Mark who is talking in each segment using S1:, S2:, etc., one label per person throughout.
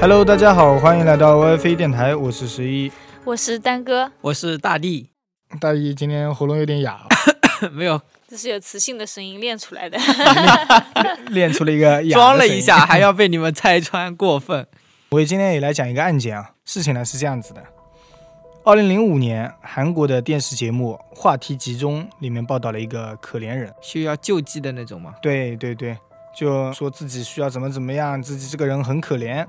S1: Hello，大家好，欢迎来到 WiFi 电台，我是十一。
S2: 我是丹哥，
S3: 我是大地，
S1: 大一今天喉咙有点哑， 啊
S3: 没有
S2: 这是有磁性的声音练出来的。
S1: 练出了一 个哑。
S3: 装了一下，。还要被你们拆穿，过分。
S1: 我今天也来讲一个案件啊，事情呢是这样子的：二零零五年，韩国的电视节目《话题集中》里面报道了一个可怜人，
S3: 需要救济的那种吗？
S1: 对对对，就说自己需要怎么怎么样，自己这个人很可怜，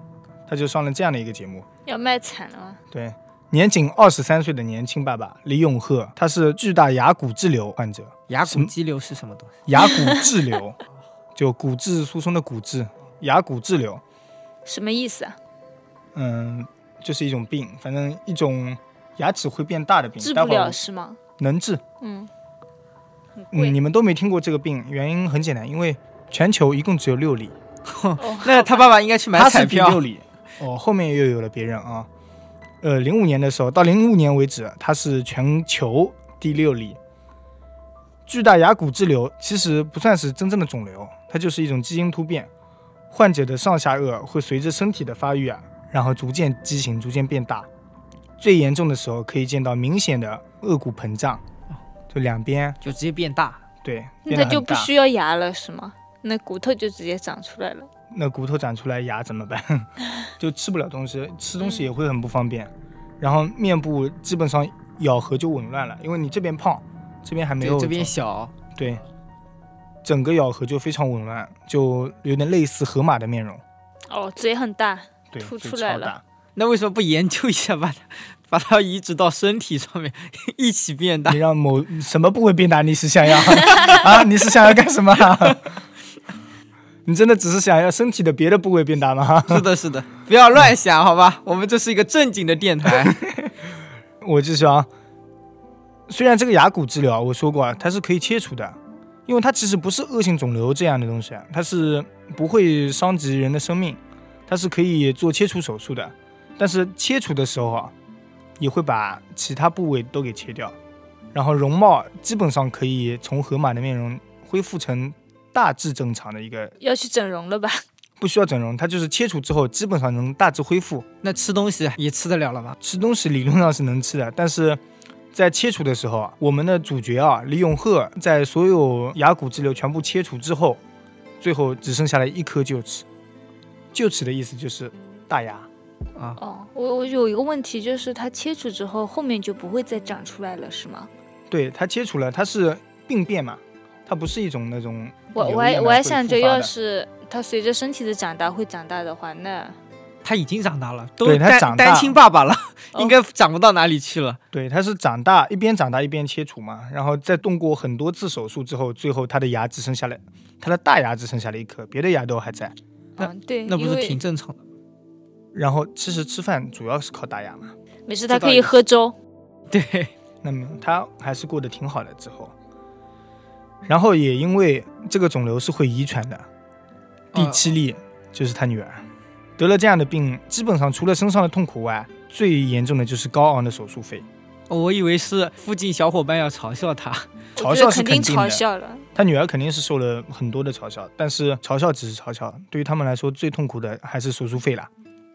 S1: 他就上了这样的一个节目。
S2: 要卖惨了吗？
S1: 对，年仅二十三岁的年轻爸爸李永赫，他是巨大牙骨质瘤患者，
S3: 牙
S1: 什
S3: 骨
S1: 么
S3: 肌瘤是什么东西？
S1: 牙骨质瘤， 就骨质疏松的骨质，牙骨质瘤，
S2: 什么意思啊？
S1: 嗯，就是一种病，反正一种牙齿会变大的病，
S2: 治
S1: 待
S2: 不
S1: 会儿
S2: 了
S1: 我
S2: 是吗？
S1: 能治。
S2: 嗯，很
S1: 嗯，
S2: 贵。
S1: 你们都没听过这个病，原因很简单，因为全球一共只有六例，
S2: 哦
S3: 那他爸爸应该去买
S1: 他
S3: 彩
S1: 是第
S3: 票
S1: 六。例，哦，后面又有了别人啊。呃，零五年的时候，到零五年为止，他是全球第六例。巨大牙骨质瘤其实不算是真正的肿瘤，它就是一种基因突变。患者的上下颚会随着身体的发育啊，然后逐渐畸形，逐渐变大。最严重的时候可以见到明显的颚骨膨胀，就两边
S3: 就直接变大，
S1: 对
S2: 那
S1: 变得
S2: 他
S1: 很
S2: 就不
S1: 大
S2: 需要牙了是吗？那骨头就直接长出来了。
S1: 那骨头长出来牙怎么办？ 就吃不了东西，吃东西
S2: 嗯
S1: 也会很不方便。然后面部基本上咬合就紊乱了，因为你这边胖，这边还没有
S3: 对，这边
S1: 肿
S3: 小，
S1: 对，整个咬合就非常紊乱，就有点类似河马的面容，
S2: 哦，嘴很大，
S1: 对，
S2: 凸
S1: 就
S2: 出来
S1: 超
S2: 了
S1: 大。
S3: 那为什么不研究一下，把它 把它移植到身体上面 一起变大
S1: 你？让某什么部位变大？你是想要 啊？你是想要干什么？ 你真的只是想要身体的别的部位变大吗？
S3: 是的，是的，不要乱想，好吧？我们这是一个正经的电台。
S1: 我继续啊。虽然这个牙骨治疗我说过啊，它是可以切除的，因为它其实不是恶性肿瘤这样的东西啊，它是不会伤及人的生命，它是可以做切除手术的。但是切除的时候啊，也会把其他部位都给切掉，然后容貌基本上可以从河马的面容恢复成大致正常的一个，
S2: 要去整容了吧？
S1: 不需要整容，它就是切除之后基本上能大致恢复。
S3: 那吃东西也吃得了了吗？
S1: 吃东西理论上是能吃的，但是在切除的时候啊，我们的主角啊李永赫在所有牙骨质瘤全部切除之后，最后只剩下了一颗臼齿。臼齿的意思就是大牙，
S3: 啊，
S2: 哦，我我有一个问题，就是它切除之后，后面就不会再长出来了是吗？
S1: 对，它切除了，它是病变嘛，它不是一种那种
S2: 我
S1: 有
S2: 我还
S1: 意
S2: 我
S1: 外
S2: 还
S1: 会
S2: 想
S1: 复
S2: 着，
S1: 发
S2: 要
S1: 的
S2: 是它随着身体的长大会长大的话，那
S3: 他已经长大了，都
S1: 对他
S3: 单
S1: 长大
S3: 单亲爸爸了，
S2: 哦
S3: 应该长不到哪里去了。
S1: 对，它是长大一边长大一边切除嘛，然后再动过很多次手术之后，最后它的牙只剩下了，它的大牙只剩下了一颗，别的牙都还在。
S3: 那
S2: 嗯对，
S3: 那不
S2: 因
S3: 是
S2: 为
S3: 挺正常的？
S1: 然后其实吃饭主要是靠大牙嘛。
S2: 没事，
S3: 这
S2: 它
S3: 倒
S2: 可以
S3: 也
S2: 喝粥。
S3: 对，
S1: 那么他还是过得挺好的。之后，然后也因为这个肿瘤是会遗传的，第
S3: 呃
S1: 七例就是他女儿得了这样的病，基本上除了身上的痛苦外，最严重的就是高昂的手术费。
S3: 我以为是附近小伙伴要嘲笑他，
S1: 嘲
S2: 我觉
S1: 笑
S2: 得
S1: 是
S2: 肯
S1: 肯
S2: 定
S1: 定
S2: 嘲
S1: 的，
S2: 笑了。
S1: 他女儿肯定是受了很多的嘲笑，但是嘲笑只是嘲笑，对于他们来说最痛苦的还是手术费啦，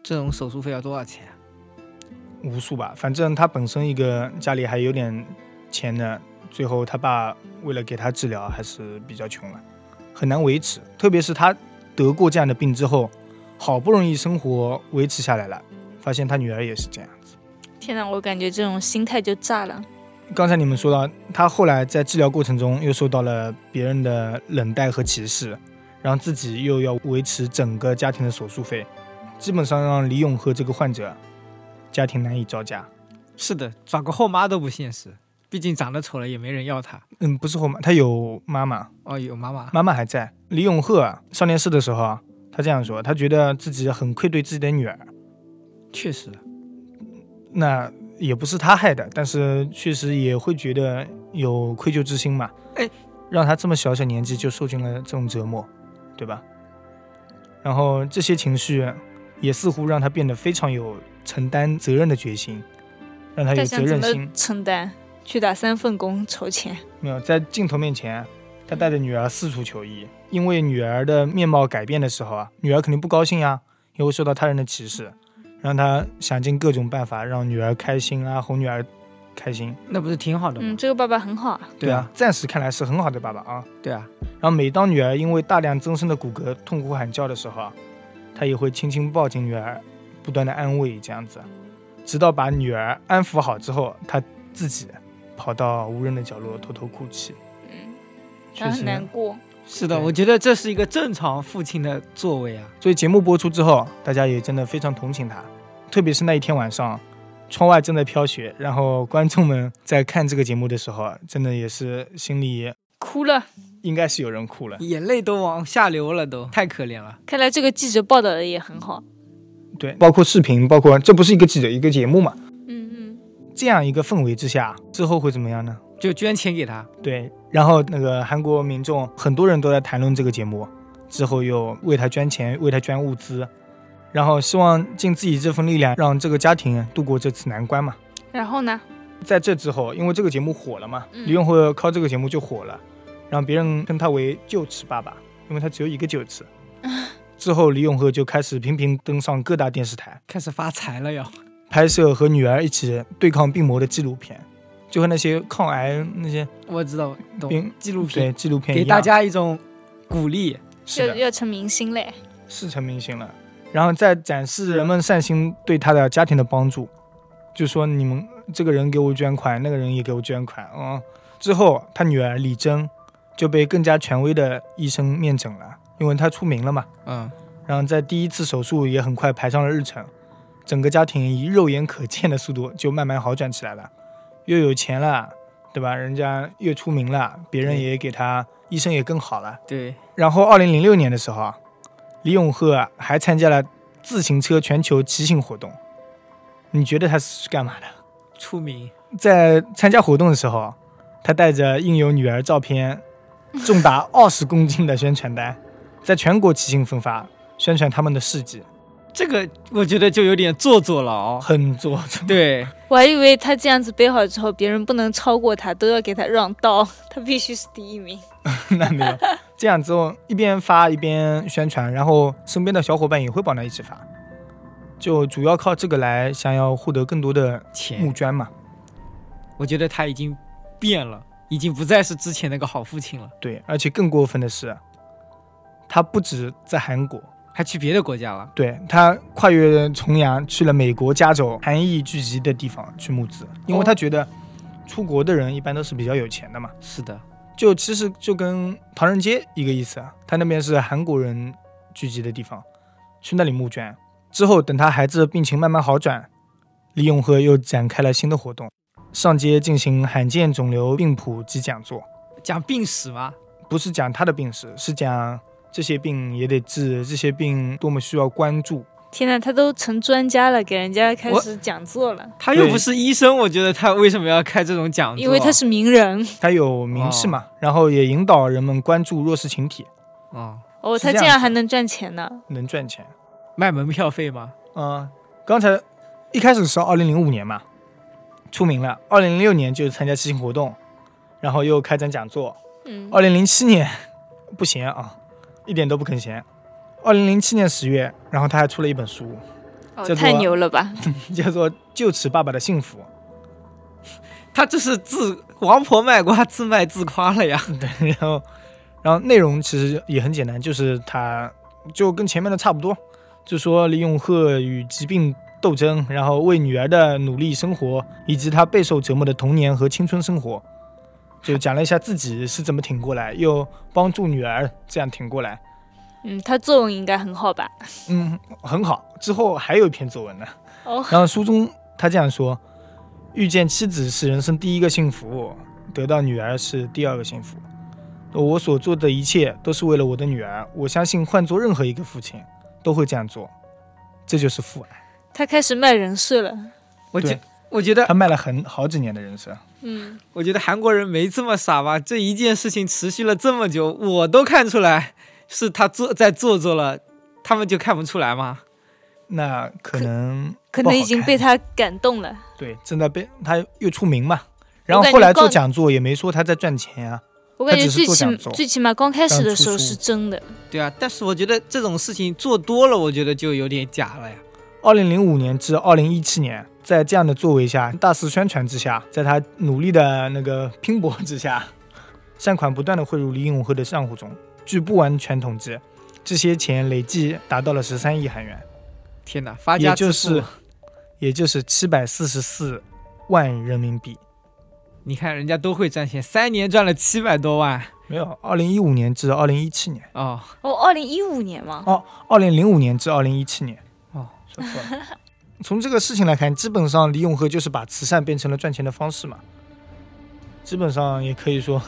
S3: 这种手术费要多少钱啊？
S1: 无数吧。反正他本身一个家里还有点钱的，最后他爸为了给他治疗还是比较穷了，很难维持。特别是他得过这样的病之后，好不容易生活维持下来了，发现他女儿也是这样。
S2: 天哪，我感觉这种心态就炸了。
S1: 刚才你们说到，他后来在治疗过程中又受到了别人的冷待和歧视，然后自己又要维持整个家庭的手术费，基本上让李永和这个患者家庭难以招架。
S3: 是的，找个后妈都不现实，毕竟长得丑了也没人要他。
S1: 嗯，不是后妈，他有妈妈，
S3: 哦，有妈妈，
S1: 妈妈还在。李永赫啊少年室的时候啊，他这样说，他觉得自己很愧对自己的女儿，
S3: 确实，
S1: 那也不是他害的，但是确实也会觉得有愧疚之心嘛。
S3: 哎，
S1: 让他这么小小年纪就受尽了这种折磨，对吧？然后这些情绪也似乎让他变得非常有承担责任的决心，让他有
S2: 他
S1: 责
S2: 想怎
S1: 任
S2: 么
S1: 心。
S2: 承担？去打三份工筹钱。
S1: 没有在镜头面前，他带着女儿四处求医，因为女儿的面貌改变的时候啊，女儿肯定不高兴呀，也会受到他人的歧视，让他想尽各种办法让女儿开心啊，哄女儿开心。
S3: 那不是挺好的吗？
S2: 嗯，这个爸爸很好啊。
S3: 对啊，，
S1: 暂时看来是很好的爸爸啊。
S3: 对啊，
S1: 然后每当女儿因为大量增生的骨骼痛苦喊叫的时候啊，他也会轻轻抱紧女儿，不断的安慰这样子，直到把女儿安抚好之后，他自己跑到无人的角落偷偷哭泣。
S2: 嗯，
S1: 确
S2: 他
S1: 实啊
S2: 很难过。
S3: 是的，
S1: 对
S3: 我觉得这是一个正常父亲的作为啊。
S1: 所以节目播出之后，大家也真的非常同情他，特别是那一天晚上，窗外正在飘雪，然后观众们在看这个节目的时候啊，真的也是心里
S2: 哭了，
S1: 应该是有人哭了。
S3: 眼泪都往下流了都，太可怜了。
S2: 看来这个记者报道的也很好。
S1: 对，包括视频，包括这不是一个记者一个节目嘛？
S2: 嗯嗯，
S1: 这样一个氛围之下，之后会怎么样呢？
S3: 就捐钱给他，
S1: 对，然后那个韩国民众很多人都在谈论这个节目，之后又为他捐钱，为他捐物资，然后希望尽自己这份力量让这个家庭度过这次难关嘛。
S2: 然后呢？
S1: 在这之后，因为这个节目火了嘛，
S2: 嗯
S1: 李永浩靠这个节目就火了，然后别人称他为“臼齿爸爸”，因为他只有一个臼齿。之后，李永赫就开始频频登上各大电视台，
S3: 开始发财了要。
S1: 拍摄和女儿一起对抗病魔的纪录片，就和那些抗癌那些
S3: 我知道，懂
S1: 病
S3: 纪录片
S1: 对纪录片一
S3: 给
S1: 样，
S3: 大家一种鼓励。
S1: 是
S2: 要
S1: 的
S2: 要成明星嘞。
S1: 是成明星了。然后再展示人们善心对他的家庭的帮助，就说你们这个人给我捐款，那个人也给我捐款啊、嗯之后，他女儿李珍就被更加权威的医生面诊了，因为她出名了嘛。
S3: 嗯，
S1: 然后在第一次手术也很快排上了日程，整个家庭以肉眼可见的速度就慢慢好转起来了，又有钱了，对吧？人家越出名了，别人也给他，医生也更好了。
S3: 对，
S1: 然后，二零零六年的时候啊，李永赫啊还参加了自行车全球骑行活动。你觉得他是干嘛的？
S3: 出名。
S1: 在参加活动的时候，啊他带着印有女儿照片、重达二十公斤的宣传单，在全国骑行分发，宣传他们的事迹，
S3: 这个我觉得就有点做作了 哦。
S1: 很做作。
S3: 对，
S2: 我还以为他这样子背好之后，别人不能超过他，都要给他让道， 他必须是第一名。
S1: 那没有，这样之后一边发一边宣传，然后身边的小伙伴也会帮他一起发，就主要靠这个来想要获得更多的募
S3: 钱，
S1: 捐嘛。
S3: 我觉得他已经变了，已经不再是之前那个好父亲了，
S1: 对，而且更过分的是，他不止在韩国，
S3: 还去别的国家了。
S1: 对他跨越重洋去了美国加州韩裔聚集的地方去募资，因为他觉得出国的人一般都是比较有钱的嘛，
S3: 是的，
S1: 就其实就跟唐人街一个意思啊，他那边是韩国人聚集的地方，去那里募捐。之后等他孩子病情慢慢好转，李永和又展开了新的活动，上街进行罕见肿瘤病谱及讲座。
S3: 讲病史吗？
S1: 不是讲他的病史，是讲这些病也得治，这些病多么需要关注。
S2: 天呐，他都成专家了，给人家开
S3: 我
S2: 始讲座了，
S3: 他又
S1: 对
S3: 不是医生，我觉得他为什么要开这种
S1: 啊
S3: 讲座？
S2: 因为他是名人
S1: 他有名气嘛，然后也引导人们关注弱势群体，
S3: 哦，
S2: 哦，
S1: 是这
S2: 他
S1: 样
S2: 竟然
S1: 子
S2: 还能赚钱呢。
S1: 能赚钱。
S3: 卖门票费吗？
S1: 嗯、刚才一开始是二零零五年嘛，出名了。二零零六年就参加骑行活动，然后又开展讲座。
S2: 嗯，
S1: 二零零七年不闲啊，一点都不肯闲。二零零七年十月，然后他还出了一本书，
S2: 哦
S1: 叫做
S2: 太牛了吧！
S1: 叫做《就此爸爸的幸福》。
S3: 他这是自王婆卖瓜，自卖自夸了呀。
S1: 对，然后，然后内容其实也很简单，就是他就跟前面的差不多，就说李永赫与疾病斗争，然后为女儿的努力生活，以及他备受折磨的童年和青春生活，就讲了一下自己是怎么挺过来，又帮助女儿这样挺过来，
S2: 嗯，他作文应该很好吧？
S1: 嗯，很好。之后还有一篇作文呢，
S2: 哦，
S1: 然后书中他这样说：遇见妻子是人生第一个幸福，得到女儿是第二个幸福。我所做的一切都是为了我的女儿，我相信换做任何一个父亲都会这样做，这就是父爱。
S2: 他开始卖人设了。
S3: 我
S1: 对
S3: 觉我觉得
S1: 他卖了很好几年的人生，
S2: 嗯，
S3: 我觉得韩国人没这么傻吧？这一件事情持续了这么久，我都看出来是他做在做作了，他们就看不出来吗？
S1: 那可能
S2: 可
S1: 不好
S2: 能已经
S1: 看
S2: 被他感动了。
S1: 对正在被他又出名嘛，
S2: 我
S1: 然后
S2: 感
S1: 后
S2: 觉
S1: 来做
S2: 告
S1: 讲座也没说他在赚钱啊，
S2: 我感觉
S1: 他只
S2: 最
S1: 是做
S2: 起
S1: 讲座
S2: 最起码刚开始的时候
S1: 当初
S2: 是真的，
S3: 对啊，但是我觉得这种事情做多了，我觉得就有点假了呀。
S1: 二零零五年至二零一七年，在这样的作为下，大肆宣传之下，在他努力的那个拼搏之下， 善款不断的汇入李永和的账户中。据不完全统计，这些钱累计达到了十三亿韩元，
S3: 天哪，发
S1: 也
S3: 家致
S1: 就
S3: 富
S1: 是，也就是七百四十四万人民币。
S3: 你看人家都会赚钱，三年赚了七百多万
S1: 没有，二零一五年至二零一七年，
S3: 哦，
S2: 哦，二零一五年嘛，
S1: 哦，二零零五年至二零一七年。
S3: 哦，
S1: 说错了。从这个事情来看，基本上李永和就是把慈善变成了赚钱的方式嘛，基本上也可以说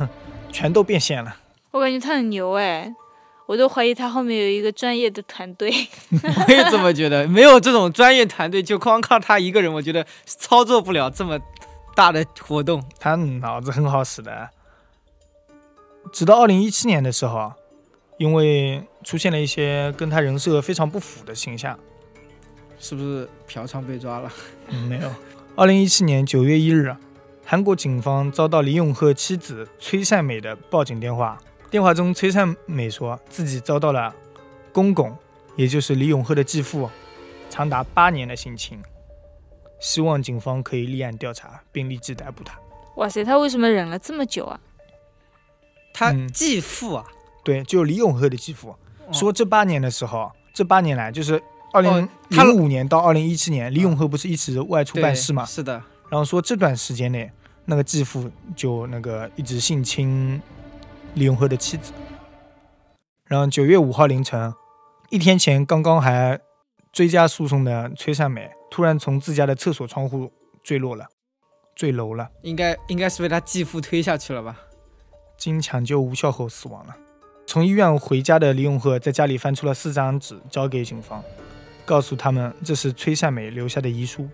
S1: 全都变现了。
S2: 我感觉他很牛哎，我都怀疑他后面有一个专业的团 队。
S3: 我也这么觉得，没有这种专业团队，就光靠他一个人，我觉得操作不了这么大的活动。
S1: 他脑子很好使的。直到二零一七年的时候啊，因为出现了一些跟他人设非常不符的形象，
S3: 是不是嫖娼被抓了？
S1: 嗯，没有。二零一七年九月一日啊，韩国警方遭到李永赫妻子崔善美的报警电话。电话中，崔善美说自己遭到了公公，也就是李永赫的继父，长达八年的性侵，希望警方可以立案调查，并立即逮捕他。
S2: 哇塞，他为什么忍了这么久啊？
S3: 他
S1: 嗯
S3: 继父啊，
S1: 对，就李永赫的继父
S3: 哦
S1: 说，这八年的时候，这八年来就是二
S3: 哦
S1: 零
S3: 他
S1: 零五年到二零一七年，李永赫不是一直外出
S3: 对
S1: 办事吗？
S3: 是的，
S1: 然后说这段时间内，那个继父就那个一直性侵李永和的妻子。然后九月五号凌晨，一天前刚刚还追加诉讼的崔善美，突然从自家的厕所窗户坠落了，坠楼了，
S3: 应该应该是被他继父推下去了吧？
S1: 经抢救无效后死亡了。从医院回家的李永和在家里翻出了四张纸，交给警方，告诉他们这是崔善美留下的遗书，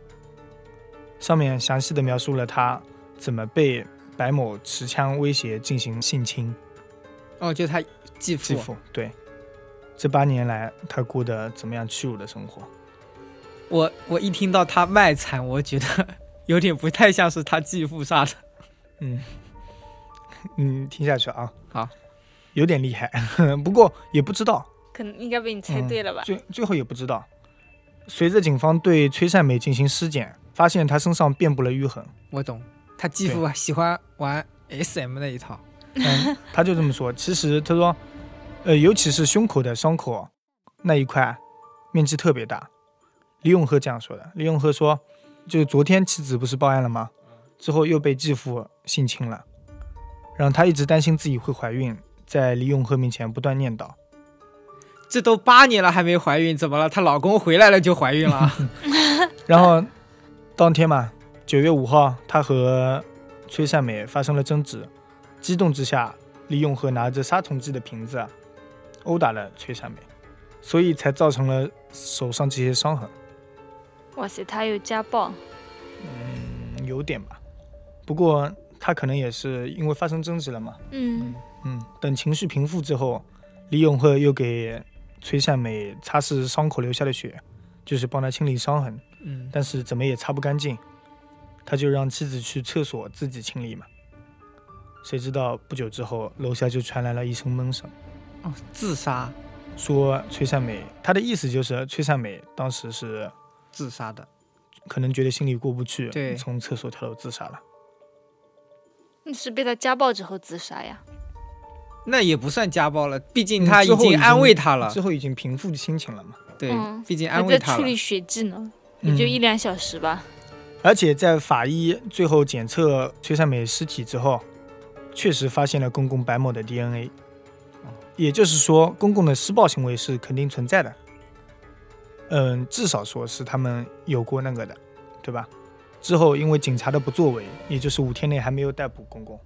S1: 上面详细的描述了他怎么被白某持枪威胁进行性侵。
S3: 哦，就他继父。
S1: 继父对，这八年来他过得怎么样屈辱的生活？
S3: 我我一听到他卖惨，我觉得 有点不太像是他继父杀的。
S1: 嗯， 嗯，听下去啊，
S3: 好，
S1: 有点厉害， 不过也不知道，
S2: 可能应该被你猜对了吧？
S1: 最最后也不知道。随着警方对崔善美进行尸检，发现她身上遍布了淤痕。
S3: 我懂，他继父啊喜欢玩 SM 那一套。
S1: 嗯，他就这么说。其实他说，呃，尤其是胸口的伤口那一块，面积特别大。李永和这样说的。李永和说，就是昨天妻子不是报案了吗？之后又被继父性侵了，然后他一直担心自己会怀孕，在李永和面前不断念叨。
S3: 这都八年了还没怀孕，怎么了？她老公回来了就怀孕了 啊？
S1: 然后当天嘛，九月五号，他和崔善美发生了争执，激动之下，李永和拿着杀虫剂的瓶子啊殴打了崔善美，所以才造成了手上这些伤痕，
S2: 嗯哇塞，他有家暴，
S1: 嗯有点吧。不过他可能也是因为发生争执了嘛，
S2: 嗯，
S1: 嗯，等情绪平复之后，李永赫又给崔善美擦拭伤口留下的血，就是帮她清理伤痕。
S3: 嗯，
S1: 但是怎么也擦不干净，他就让妻子去厕所自己清理嘛。谁知道不久之后，楼下就传来了一声闷声，
S3: 哦，自杀，
S1: 说崔善美，他的意思就是崔善美当时是
S3: 自杀的。
S1: 可能觉得心里过不去，
S3: 对
S1: 从厕所跳楼自杀了。
S2: 那是被他家暴之后自杀呀。
S3: 那也不算家暴了，毕竟
S1: 嗯
S3: 他
S1: 之
S3: 已
S1: 后已
S3: 经
S1: 经
S3: 安慰她了
S1: 之。后已经平复心情了嘛，嗯
S3: 对
S2: 嗯，
S3: 毕竟
S2: 还
S3: 安慰
S2: 在
S3: 她
S2: 处
S3: 了
S2: 理。血迹呢，也就一两小时吧。
S1: 而且在法医最后检测崔善美尸体之后，确实发现了公公白某的 DNA，也就是说，公公的施暴行为是肯定存在的。嗯，至少说是他们有过那个的，对吧？之后因为警察的不作为，也就是五天内还没有逮捕公公，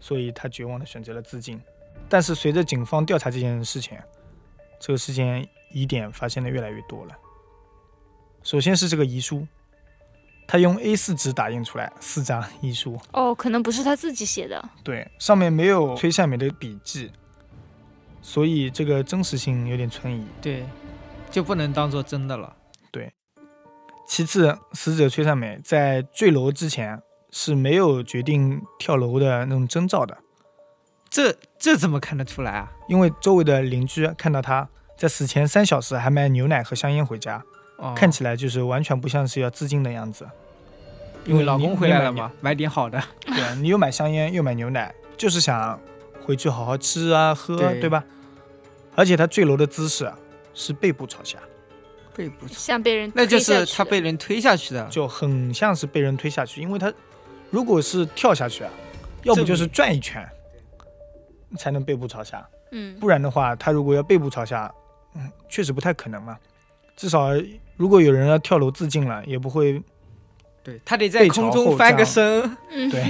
S1: 所以他绝望的选择了自尽。但是随着警方调查这件事情，这个事件疑点发现的越来越多了。首先是这个遗书，他用 A4 纸打印出来四张遗书，
S2: 哦，可能不是他自己写的，
S1: 对，上面没有崔善美的笔记，所以这个真实性有点存疑。
S3: 对，就不能当做真的了。
S1: 其次，死者崔善美在坠楼之前是没有决定跳楼的那种征兆的，
S3: 这这怎么看得出来啊？
S1: 因为周围的邻居看到他在死前三小时还买牛奶和香烟回家，
S3: 哦
S1: 看起来就是完全不像是要自尽的样子。
S3: 因为老
S1: 你
S3: 公回来了？
S1: 你也买
S3: 嘛，买点好的。
S1: 对啊，你又买香烟又买牛奶，就是想回去好好吃啊喝啊
S3: 对
S1: 对吧？而且他坠楼的姿势啊是背部朝下，
S3: 背不
S2: 像被人
S3: 那就
S2: 推下
S3: 是
S2: 去
S3: 他
S2: 的
S3: 被人推下去的。
S1: 就很像是被人推下去，因为他如果是跳下去啊，要不就是转一圈，才能背部朝下，
S2: 嗯
S1: 不然的话，他如果要背部朝下，嗯，确实不太可能嘛。至少如果有人要跳楼自尽了，也不会
S3: 对他得在空中翻 个身。
S2: 嗯
S1: 对，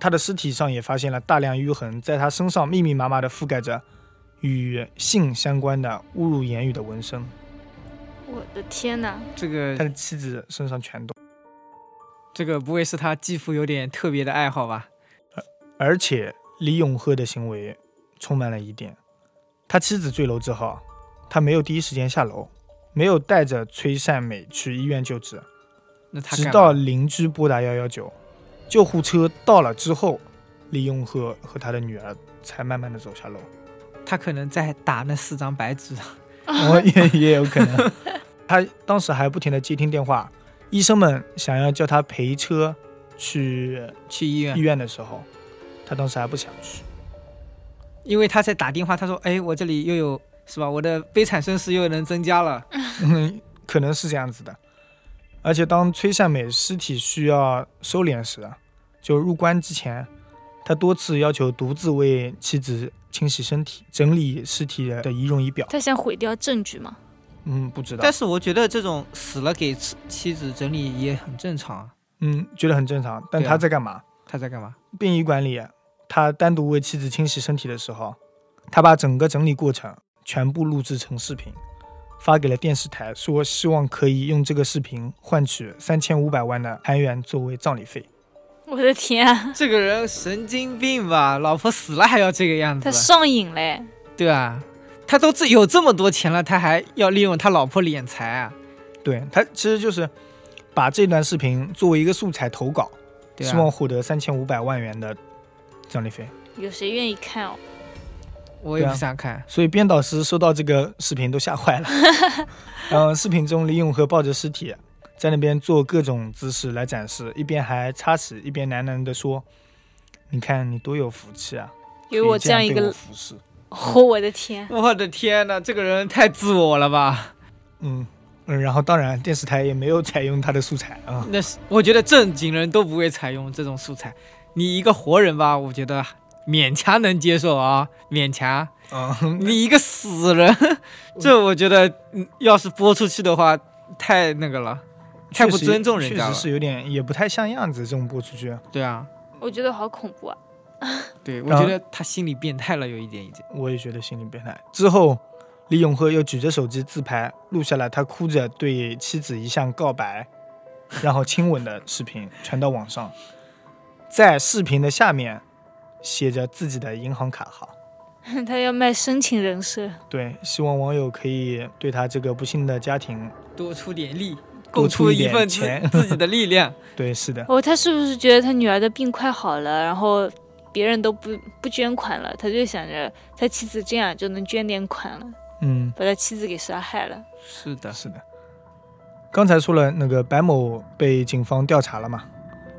S1: 他的尸体上也发现了大量淤痕，在他身上密密麻麻的覆盖着与性相关的侮辱言语的纹身，
S2: 我的天哪，
S3: 这
S1: 他的
S3: 个
S1: 妻子身上全都，
S3: 这个不会是他继父有点特别的爱好吧？
S1: 而且李永鹤的行为充满了疑点。他妻子坠楼之后，他没有第一时间下楼，没有带着崔善美去医院救治，
S3: 那他
S1: 直
S3: 干嘛
S1: 到邻居拨打幺幺九，救护车到了之后，李永和和他的女儿才慢慢的走下楼。
S3: 他可能在打那四张白纸。
S1: 我也也有可能。 他当时还不停的接听电话，医生们想要叫他陪车去
S3: 去医院
S1: 医，院的时候，他当时还不想去。
S3: 因为他在打电话，他说：“哎，我这里又有是吧？我的悲惨身世又能增加了。
S1: 嗯，可能是这样子的。而且当崔善美尸体需要收敛时，啊就入棺之前，他多次要求独自为妻子清洗身体、整理尸体的仪容仪表。
S2: 他想毁掉证据吗？
S1: 嗯，不知”道
S3: 但。是我觉得这种死了给妻妻子整理也很正常啊。
S1: 嗯，觉得很正常。但
S3: 对啊
S1: 他在干嘛？
S3: 他在干嘛？
S1: 殡仪馆里，他单独为妻子清洗身体的时候，他把整个整理过程全部录制成视频，发给了电视台，说希望可以用这个视频换取三千五百万的韩元作为葬礼费。
S2: 我的天啊，
S3: 这个人神经病吧？老婆死了还要这个样
S2: 他
S3: 子，
S2: 上瘾嘞！
S3: 对啊，他都自有这么多钱了，他还要利用他老婆敛财啊？
S1: 对他其实就是把这段视频作为一个素材投稿，
S3: 对
S1: 希
S3: 啊
S1: 望，获得三千五百万元的葬礼费。
S2: 有谁愿意看哦？
S3: 我也
S1: 对啊
S3: 不想看。
S1: 所以编导师收到这个视频都吓坏 了。嗯，视频中李永和抱着尸体，在那边做各种姿势来展示，一边还插屎，一边喃喃地说：“你看你多有福气 啊，
S2: 有我
S1: 这
S2: 这样一
S1: 被我
S2: 个，
S1: 服侍。
S2: 哦，我的天，
S3: 我的天呐，这个人太自我了吧？
S1: 嗯”嗯，然后当然电视台也没有采用他的素材啊、
S3: 那是我觉得正经人都不会采用这种素材，你一个活人吧，我觉得勉强能接受啊，勉强。
S1: 嗯，
S3: 你一个死人， 这我觉得，嗯要是播出去的话，太那个了，太不
S1: 确实
S3: 尊重人家
S1: 确
S3: 了
S1: 实。是有点也不太像样子，这种播出去，
S3: 对啊，
S2: 我觉得好恐怖啊！
S3: 对，我
S1: 然后
S3: 觉得他心理变态了，有一点已经。
S1: 我也觉得心里变态。之后，李永和又举着手机自拍，录下了他哭着对妻子一项告白，然后亲吻的视频传到网上，在视频的下面写着自己的银行卡号，
S2: 他要卖深情人设，
S1: 对，希望网友可以对他这个不幸的家庭，
S3: 多出点力，
S1: 多
S3: 够
S1: 出
S3: 出
S1: 一
S3: 一
S1: 点
S3: 份自
S1: 钱
S3: 自己的力量。
S1: 对，是的，
S2: 哦，他是不是觉得他女儿的病快好了，然后别人都不不捐款了，他就想着他妻子这样就能捐点款了，
S1: 嗯，
S2: 把他妻子给杀害了。
S3: 是的，
S1: 是的。刚才说了那个白某被警方调查了嘛，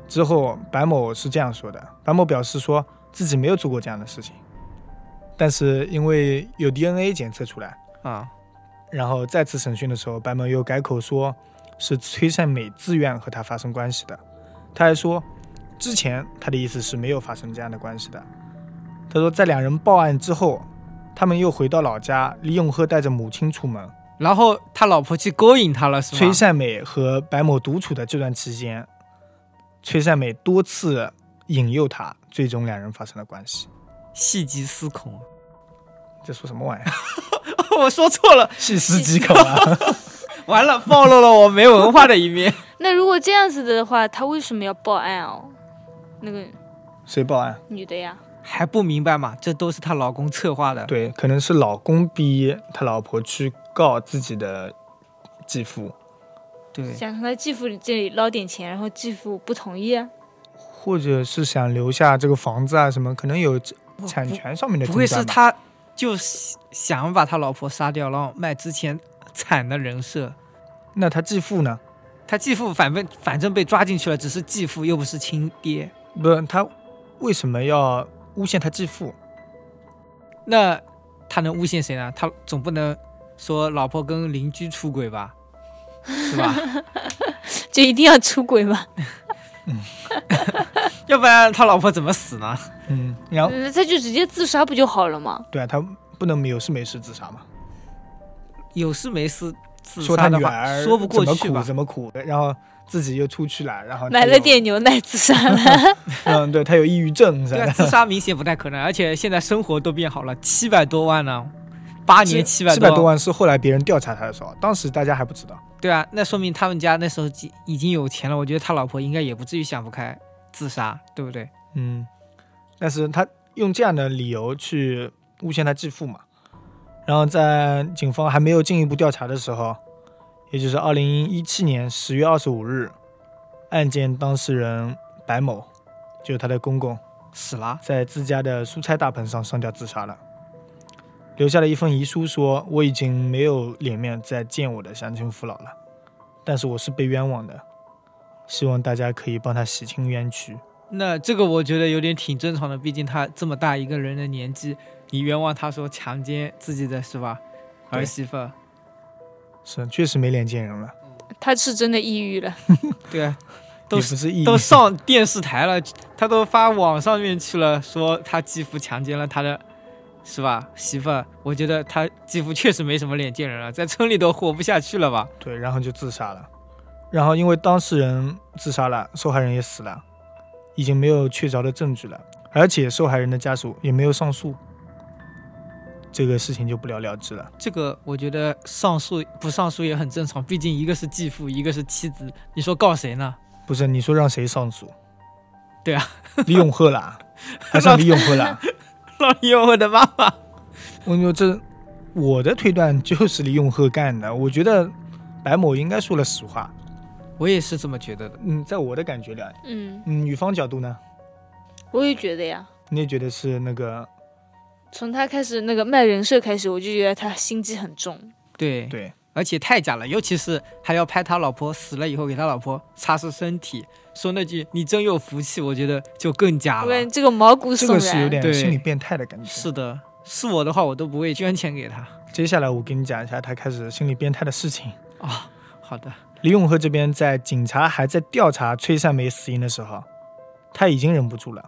S1: 之后白某是这样说的：白某表示说自己没有做过这样的事情，但是因为有 DNA 检测出来，
S3: 啊，
S1: 然后再次审讯的时候，白某又改口说是崔善美自愿和他发生关系的。他还说，之前他的意思是没有发生这样的关系的。他说，在两人报案之后，他们又回到老家，李永赫带着母亲出门，
S3: 然后他老婆去勾引他了，是吗？
S1: 崔善美和白某独处的这段期间，崔善美多次引诱他，最终两人发生了关系。
S3: 细极思恐。
S1: 这说什么玩意儿？
S3: 我说错了，
S1: 细思极恐 啊！
S3: 完了，暴露了我没文化的一面。
S2: 那如果这样子的话，他为什么要报案哦？那个
S1: 谁报案？
S2: 女的呀，
S3: 还不明白吗？这都是她老公策划的。
S1: 对，可能是老公逼他老婆去告自己的继父，
S3: 对，
S2: 想从他继父这里捞点钱，然后继父不同意啊。
S1: 或者是想留下这个房子啊什么，可能有这产权上面的
S3: 不
S1: 争
S3: 会
S1: 端
S3: 是
S1: 吧
S3: 他就想想把他老婆杀掉，然后卖之前惨的人设。
S1: 那他继父呢？
S3: 他继父反被反正被抓进去了，只是继父又不是亲爹。
S1: 不，他为什么要诬陷他继父？
S3: 那他能诬陷谁呢？他总不能说老婆跟邻居出轨 吧，是吧？
S2: 就一定要出轨吧？
S3: 要不然他老婆怎么死呢？
S1: 嗯，然后
S2: 嗯他就直接自杀不就好了吗？
S1: 对啊，他不能有事没事自杀嘛，
S3: 有事没事自
S1: 说
S3: 杀
S1: 他
S3: 的
S1: 女
S3: 话，
S1: 儿
S3: 说不过去
S1: 怎么
S3: 吧
S1: 苦？怎么苦，然后自己又出去了，然后他
S2: 买了
S1: 又
S2: 点，牛奶自杀了，
S1: 嗯，对他有抑郁症啥
S3: 对啊，
S1: 的，
S3: 自杀明显不太可能，而且现在生活都变好了，七百多万呢、八年七百
S1: 七百多
S3: 万，
S1: 万是后来别人调查他的时候，当时大家还不知道。
S3: 对啊，那说明他们家那时候已已经有钱了。我觉得他老婆应该也不至于想不开自杀，对不对？
S1: 嗯，但是他用这样的理由去诬陷他继父嘛，然后在警方还没有进一步调查的时候，也就是二零一七年十月二十五日，案件当事人白某，就是他的公公，
S3: 死了，
S1: 在自家的蔬菜大棚上上吊自杀了，留下了一份遗书说，我已经没有脸面再见我的乡亲父老了，但是我是被冤枉的，希望大家可以帮他洗清冤屈。
S3: 那这个我觉得有点挺正常的，毕竟他这么大一个人的年纪，你冤枉他说强奸自己的是吧？
S1: 对
S3: 儿媳妇儿，
S1: 是，确实没脸见人了。
S2: 他是真的抑郁了。
S3: 对啊，都
S1: 也不是意义
S3: 都上电视台了，他都发网上面去了，说他继父强奸了他的，是吧？媳妇儿，我觉得他继父确实没什么脸见人了，在村里都活不下去了吧？
S1: 对，然后就自杀了。然后因为当事人自杀了，受害人也死了，已经没有确凿的证据了，而且受害人的家属也没有上诉，这个事情就不了了之了。
S3: 这个我觉得上诉不上诉也很正常，毕竟一个是继父，一个是妻子，你说告谁呢？
S1: 不是你说让谁上诉？
S3: 对啊，
S1: 李永赫 啦，还是李永赫啦？
S3: 老爷我的妈妈，
S1: 我跟你说，这我的推断就是李永赫干的。我觉得白某应该说了实话。
S3: 我也是这么觉得的。
S1: 嗯，在我的感觉里啊，
S2: 嗯，
S1: 嗯，女方角度呢，
S2: 我也觉得呀，
S1: 你也觉得是那个
S2: 从他开始那个卖人设开始，我就觉得他心机很重。
S3: 对，
S1: 对？
S3: 而且太假了，尤其是还要拍他老婆死了以后给他老婆擦拭身体，说那句“你真有福气”，我觉得就更假
S2: 我
S3: 了
S2: 感。觉这个毛骨
S1: 啊这
S2: 悚
S1: 个
S2: 然。
S1: 是有点
S3: 对
S1: 心理变态的感觉。
S3: 是的，是我的话，我都不会捐钱给他
S1: 接下来我给你讲一下他开始心理变态的事情。
S3: 啊、好的，
S1: 李永和这边在警察还在调查崔善美死因的时候，他已经忍不住了。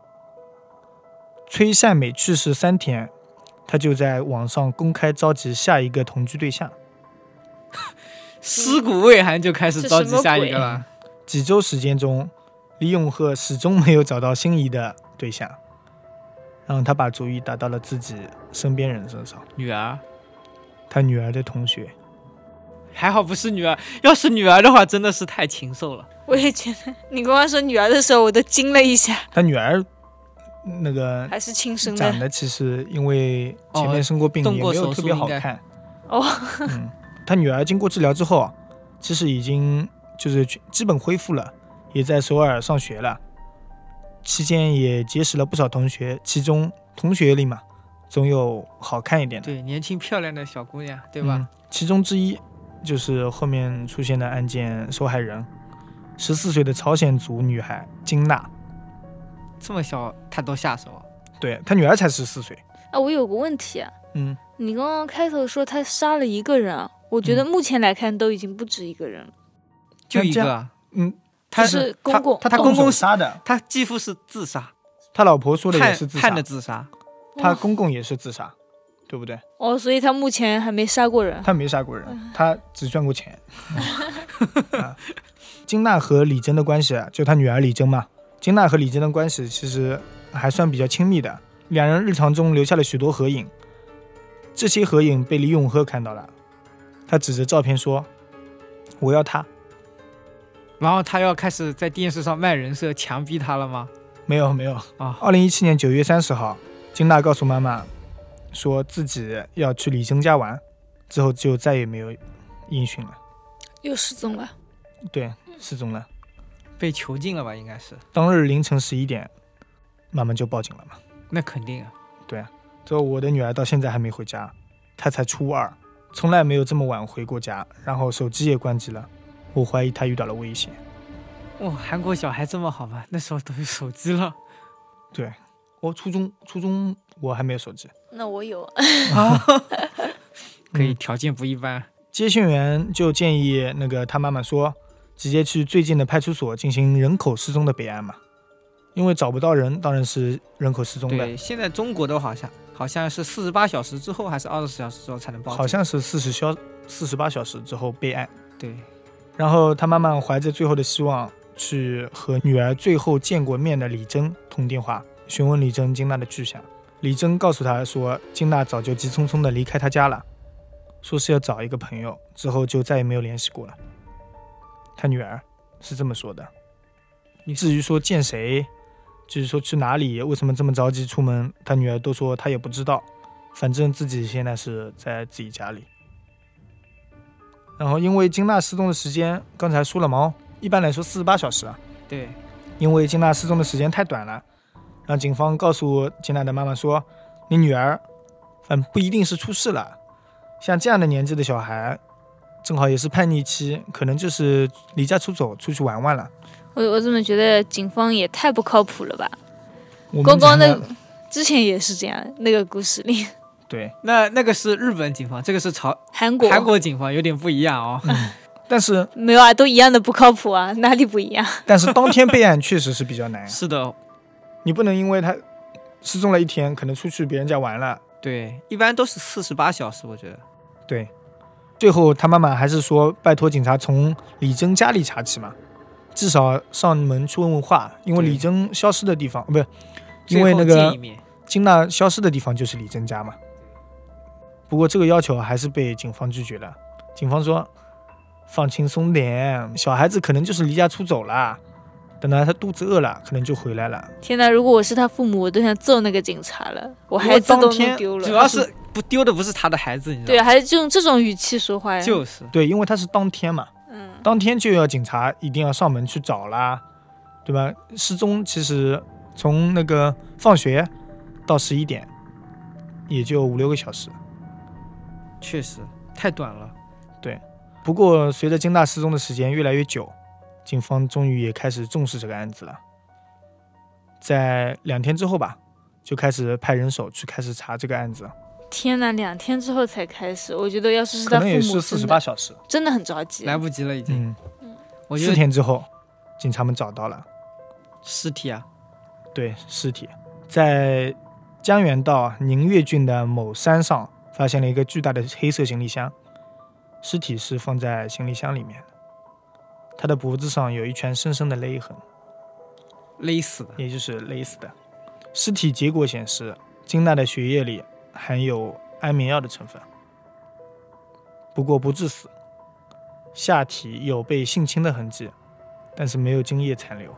S1: 崔善美去世三天，他就在网上公开召集下一个同居对象。
S3: 尸骨未寒就开始
S2: 这
S3: 着
S2: 什
S3: 急
S2: 么
S3: 下一
S2: 鬼
S3: 个了。
S1: 几周时间中，李永和始终没有找到心仪的对象，然后他把主意打到了自己身边人身上，
S3: 女儿
S1: 他女儿的同学。
S3: 还好不是女儿，要是女儿的话，真的是太禽兽了。
S2: 我也觉得，你刚刚说女儿的时候，我都惊了一下，
S1: 他女儿那个
S2: 还是亲生
S1: 长
S2: 的。
S1: 得其实因为前面生过病，
S3: 哦
S1: 也没有特别好看。
S2: 动过手
S1: 嗯， 他女儿经过治疗之后，其实已经就是基本恢复了，也在首尔上学了。期间也结识了不少同学，其中同学里嘛，总有好看一点的，
S3: 对，年轻漂亮的小姑娘，对吧？
S1: 嗯其中之一就是后面出现的案件受害人，十四岁的朝鲜族女孩金娜，
S3: 这么小她都下手，
S1: 对她女儿才十四岁。
S2: 啊，我有个问题啊，
S1: 嗯，
S2: 你刚刚开头说他杀了一个人啊，我觉得
S1: 嗯
S2: 目前来看都已经不止一个人了。
S3: 就一
S1: 这
S3: 个啊。
S1: 嗯，
S3: 她
S2: 就是公公，
S1: 她她
S3: 公
S1: 公
S3: 公
S1: 杀的，
S3: 她继父是自杀，
S1: 她老婆说的也
S3: 判
S1: 是自杀
S3: 判的自杀。
S1: 他
S2: 哇
S1: 公公也是自杀，对不对？
S2: 哦，所以他目前还没杀过人。
S1: 他没杀过人，他只赚过钱。 啊金娜和李珍的关系，就她女儿李珍嘛，金娜和李珍的关系其实还算比较亲密的，两人日常中留下了许多合影，这些合影被李永赫看到了，他指着照片说：“我要他。
S3: 然后她要开始在电视上卖人设，强逼她了吗？”
S1: 没有，没有，
S3: 啊，
S1: 二零一七年九月三十号，金娜告诉妈妈，说自己要去李珍家玩，之后就再也没有音讯了。
S2: 又失踪了。
S1: 对，失踪了。
S3: 被囚禁了吧？应该是，
S1: 当日凌晨十一点，妈妈就报警了嘛。
S3: 那肯定啊。
S1: 对，之后我的女儿到现在还没回家，她才初二，从来没有这么晚回过家，然后手机也关机了，我怀疑她遇到了危险。
S3: 哇，韩国小孩这么好吗？那时候都有手机了
S1: 对，我初中初中我还没有手机。
S2: 那我有，
S3: 啊，可以
S1: 嗯
S3: 条件不一般。
S1: 接线员就建议那个他妈妈说，直接去最近的派出所进行人口失踪的备案嘛，因为找不到人，当然是人口失踪呗。
S3: 对，现在中国的好像好像是四十八小时之后还是二十小时之后才能报警？
S1: 好像是四十小四十八小时之后备案。
S3: 对，
S1: 然后他妈妈怀着最后的希望，去和女儿最后见过面的李征通电话，询问李征金娜的去向。李征告诉她说，金娜早就急匆匆地离开他家了，说是要找一个朋友，之后就再也没有联系过了。他女儿是这么说的。
S3: 你
S1: 至于说见谁，至于说去哪里，为什么这么着急出门，他女儿都说她也不知道，反正自己现在是在自己家里。然后因为金娜失踪的时间，刚才说了毛，一般来说四十八小时啊，
S3: 对，
S1: 因为金娜失踪的时间太短了，让警方告诉金娜的妈妈说，你女儿，嗯，不一定是出事了，像这样的年纪的小孩，正好也是叛逆期，可能就是离家出走，出去玩玩了。
S2: 我我怎么觉得警方也太不靠谱了吧？
S1: 我们
S2: 光
S1: 讲
S2: 光那
S1: 的
S2: 之前也是这样，那个故事里，
S1: 对，
S3: 那那个是日本警方，这个是朝
S2: 韩国
S3: 韩国警方有点不一样哦。，
S1: 但是
S2: 没有啊，都一样的不靠谱啊，哪里不一样？
S1: 但是当天备案确实是比较难
S3: 是的，
S1: 你不能因为他失踪了一天，可能出去别人家玩了。
S3: 对，一般都是四十八小时，我觉得。
S1: 对，最后他妈妈还是说拜托警察从李征家里查起嘛，至少上门去问问话，因为
S3: 对
S1: 李征消失的地方，呃不是因为那
S3: 最后见
S1: 个
S3: 一面
S1: 金娜消失的地方就是李征家嘛。不过这个要求还是被警方拒绝了，警方说放轻松点，小孩子可能就是离家出走了，等到他肚子饿了，可能就回来了。
S2: 天哪！如果我是他父母，我都想揍那个警察了，我
S1: 如果
S2: 孩子
S1: 当
S2: 都
S1: 天
S2: 弄丢了。
S3: 主要是不丢的不是他的孩子，你知
S2: 对
S3: 道
S2: 啊，
S3: 吗？
S2: 还是用这种语气说话呀。
S3: 就是
S1: 对，因为他是当天嘛，
S2: 嗯，
S1: 当天就要警察一定要上门去找啦，对吧？失踪其实从那个放学到十一点，也就五六个小时。
S3: 确实太短了。
S1: 不过随着金娜失踪的时间越来越久，警方终于也开始重视这个案子了。在两天之后吧，就开始派人手去开始查这个案子，
S2: 天哪！两天之后才开始，我觉得要是是
S1: 可
S2: 他父
S1: 能也
S2: 母，
S1: 是
S2: 真
S1: 四
S2: 的
S1: 十八小时。
S2: 真的很着急。
S3: 来不及了，已经。
S1: 嗯，
S3: 我觉
S1: 四
S3: 得
S1: 天之后，警察们找到了。
S3: 尸体啊，
S1: 对，尸体在江原道啊宁越郡的某山上发现了一个巨大的黑色行李箱，尸体是放在行李箱里面的。他的脖子上有一圈深深的勒痕，
S3: 勒死的。
S1: 也就是勒死的。尸体结果显示，金娜的血液里含有安眠药的成分，不过不致死。下体有被性侵的痕迹，但是没有精液残留。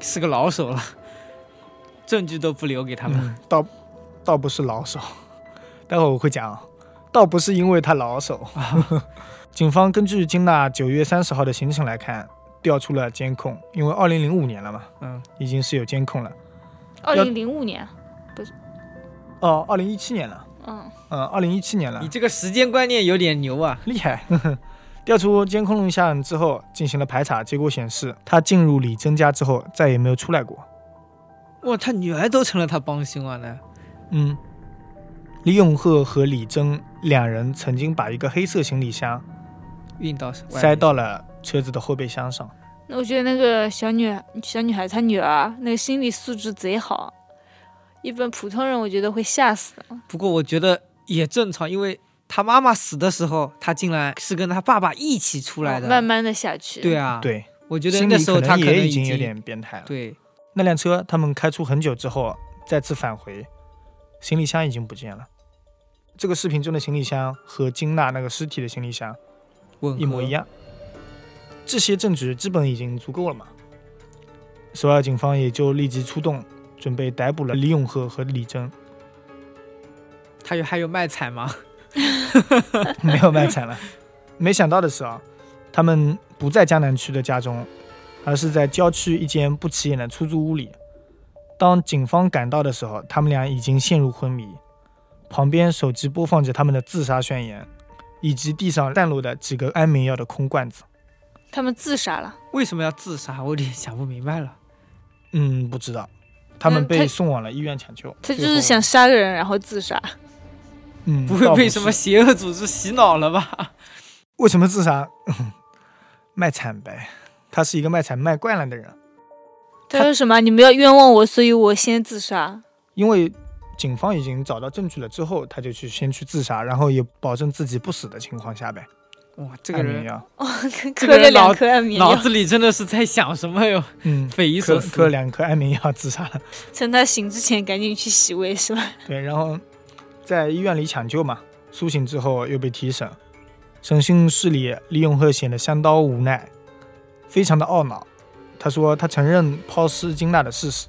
S3: 是个老手了， 证据都不留给他们。
S1: 嗯、倒倒不是老手， 待会儿我会讲啊，倒不是因为他老手。 警方根据金娜九月三十号的行程来看，调出了监控，因为二零零五年了嘛，
S3: 嗯，
S1: 已经是有监控了。
S2: 二零零五年，
S1: 哦，二零一七年了，
S2: 嗯，
S1: 嗯，二零一七年了
S3: 你，这个时间观念有点牛啊。
S1: 厉害。 调出监控录像之后，进行了排查，结果显示他进入李真家之后再也没有出来过。
S3: 哇，他女儿都成了他帮凶啊！那
S1: 嗯，李永鹤和李征两人曾经把一个黑色行李箱
S3: 运到外面
S1: 塞到了车子的后备箱上。
S2: 那我觉得那个小女小女孩她女儿啊那个心理素质贼好，一般普通人我觉得会吓死的。
S3: 不过我觉得也正常，因为他妈妈死的时候，他竟然是跟他爸爸一起出来的。
S2: 哦慢慢的下去。
S3: 对啊，，
S1: 对，
S3: 我觉得
S1: 心
S3: 那
S1: 里
S3: 时候他
S1: 可
S3: 能
S1: 也
S3: 已
S1: 已经有点变态了。
S3: 对，
S1: 那辆车他们开出很久之后再次返回，行李箱已经不见了。这个视频中的行李箱和金娜那个尸体的行李箱
S3: 吻合
S1: 一模一。样。这些证据基本已经足够了嘛？首尔警方也就立即出动，准备逮捕了李永和和李征。
S3: 他有还有卖惨吗？
S1: 没有卖惨了。没想到的是啊，他们不在江南区的家中，而是在郊区一间不起眼的出租屋里，当警方赶到的时候，他们俩已经陷入昏迷，旁边手机播放着他们的自杀宣言，以及地上散落的几个安眠药的空罐子。
S2: 他们自杀了，
S3: 为什么要自杀？我有点想不明白了。
S1: 嗯，不知道，他们
S2: 嗯他
S1: 被送往了医院抢救。
S2: 他就
S1: 最后
S2: 是想，杀个人然后自杀。
S1: 嗯，
S3: 不会
S1: 倒
S3: 被
S1: 是
S3: 什么邪恶组织洗脑了吧？
S1: 为什么自杀？嗯卖惨呗，他是一个卖惨卖惯了的人。
S2: 他说什么？你们要冤枉我，所以我先自 杀。
S1: 因为警方已经找到证据了之后，他就去先去自杀，然后也保证自己不死的情况下呗。
S3: 哇，这个
S1: 安眠
S3: 人
S1: 药，
S2: 哦，
S3: 这
S2: 磕
S3: 个人
S2: 了两
S3: 脑
S2: 颗安眠
S3: 脑
S2: 药，
S3: 子里真的是在想什么哟？
S1: 嗯，
S3: 匪夷
S1: 嗑
S3: 所
S1: 嗑
S3: 思。
S1: 两颗安眠药自杀了。
S2: 趁他醒之前赶紧去洗胃，是吧？
S1: 对，然后在医院里抢救嘛，苏醒之后又被提审。审讯室里，李永鹤显得相当无奈，非常的懊恼。他说他承认抛尸金娜的事实，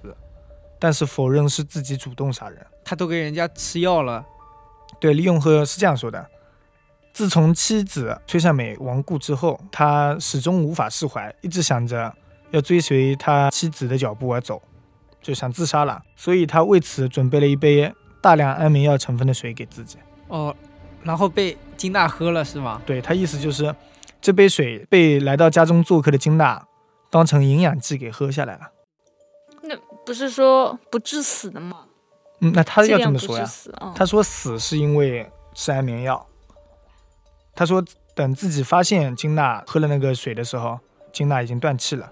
S1: 但是否认是自己主动杀人。
S3: 他都给人家吃药了，
S1: 对，李永和是这样说的：自从妻子崔善美亡故之后，他始终无法释怀，一直想着要追随他妻子的脚步而走，就想自杀了。所以他为此准备了一杯大量安眠药成分的水给自己。
S3: 哦，然后被金娜喝了是吗？
S1: 对他意思就是，这杯水被来到家中做客的金娜当成营养剂给喝下来了。
S2: 不是说不致死的吗？
S1: 嗯，那他
S2: 剂
S1: 要这
S2: 量
S1: 么
S2: 不
S1: 说
S2: 致
S1: 呀？
S2: 死啊。
S1: 他说死是因为吃安眠药。他说等自己发现金娜喝了那个水的时候，金娜已经断气了。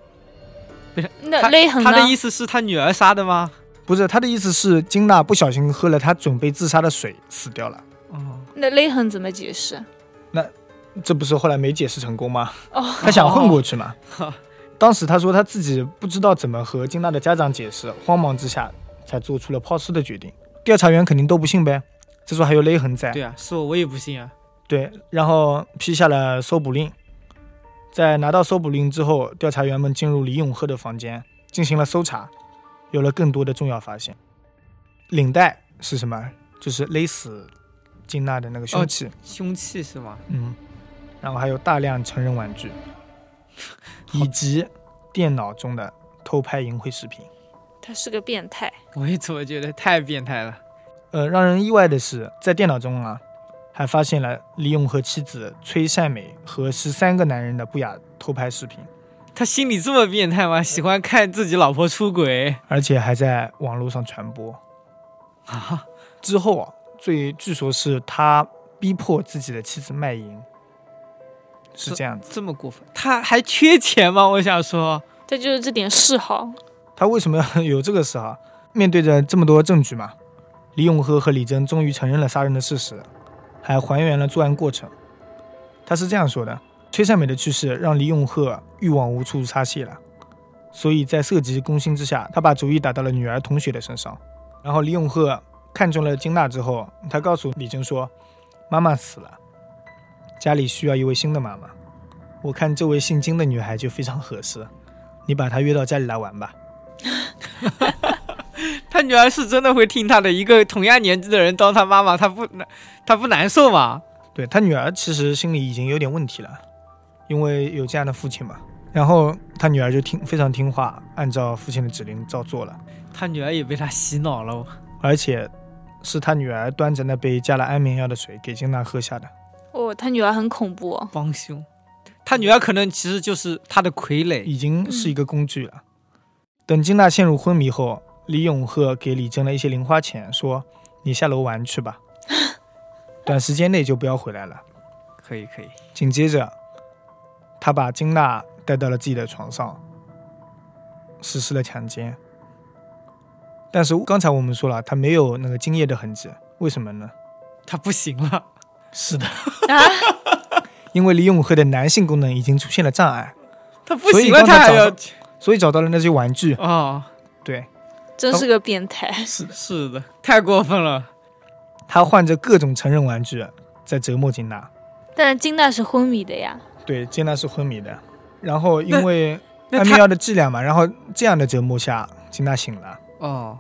S2: 那勒痕呢
S3: 他？的意思是他女儿杀的吗？
S1: 不是他的意思是金娜不小心喝了他准备自杀的水死掉了。
S3: 哦，
S2: 那勒痕怎么解释？
S1: 这不是后来没解释成功吗？
S2: 哦，
S1: 他想混过去嘛。
S3: 哦
S1: 当时他说他自己不知道怎么和金娜的家长解释，慌忙之下才做出了抛尸的决定。调查员肯定都不信呗，这时候还有勒痕在。
S3: 对啊，是我，我也不信啊。
S1: 对，然后批下了搜捕令。在拿到搜捕令之后，调查员们进入李永鹤的房间进行了搜查，有了更多的重要发现。领带是什么？就是勒死金娜的那个凶器。
S3: 凶器是吗？
S1: 嗯，然后还有大量成人玩具，以及电脑中的偷拍淫秽视频。
S2: 他是个变态。
S3: 我也怎么觉得太变态了？
S1: 呃，让人意外的是，在电脑中啊，还发现了李勇和妻子崔善美和十三个男人的不雅偷拍视频，
S3: 他心里这么变态吗？喜欢看自己老婆出轨
S1: 而且还在网络上传播。
S3: 啊？
S1: 之后啊，最据说是他逼迫自己的妻子卖淫，是这样子。
S3: 这么过分？他还缺钱吗？我想说，
S2: 他就是这点嗜好，
S1: 他为什么要 有这个事啊？面对着这么多证据嘛，李永和和李真终于承认了杀人的事实，还还原了作案过程。他是这样说的：崔善美的去世让李永和欲望无处撒泄了，所以在色即攻心之下，他把主意打到了女儿同学的身上。然后李永和看中了金娜之后，他告诉李真说：“妈妈死了，家里需要一位新的妈妈，我看这位姓金的女孩就非常合适，你把她约到家里来玩吧。”
S3: 他女儿是真的会听他的，一个同样年纪的人当他妈妈，他不难，他不难受吗？
S1: 对他女儿其实心里已经有点问题了，因为有这样的父亲嘛。然后他女儿就听非常听话，按照父亲的指令照做了，
S3: 他女儿也被他洗脑了。
S1: 而且是他女儿端着那杯加了安眠药的水给金娜喝下的。
S2: 哦，他女儿很恐怖哦。
S3: 帮凶，他女儿可能其实就是他的傀儡。
S1: 已经是一个工具了。等金娜陷入昏迷后，李永鹤给李真了一些零花钱，说：“你下楼玩去吧，短时间内就不要回来了。”
S3: 可以可以，
S1: 紧接着，他把金娜带到了自己的床上，实施了强奸。但是刚才我们说了，他没有那个精液的痕迹，为什么呢？
S3: 他不行了。
S1: 是的，
S2: 啊，
S1: 因为李永和的男性功能已经出现了障碍，
S3: 他不
S1: 所以
S3: 行了，
S1: 刚才
S3: 他还要
S1: 找所以找到了那些玩具。
S3: 哦，
S1: 对
S2: 真是个变态。
S3: 是是的，太过分了。
S1: 他换着各种成人玩具在折磨金娜，
S2: 但是金娜是昏迷的呀，
S1: 对金娜是昏迷的。然后因
S3: 那
S1: 为
S3: 那
S1: 安眠
S3: 他
S1: 药的剂量嘛，然后这样的折磨下，金娜醒了。
S3: 哦，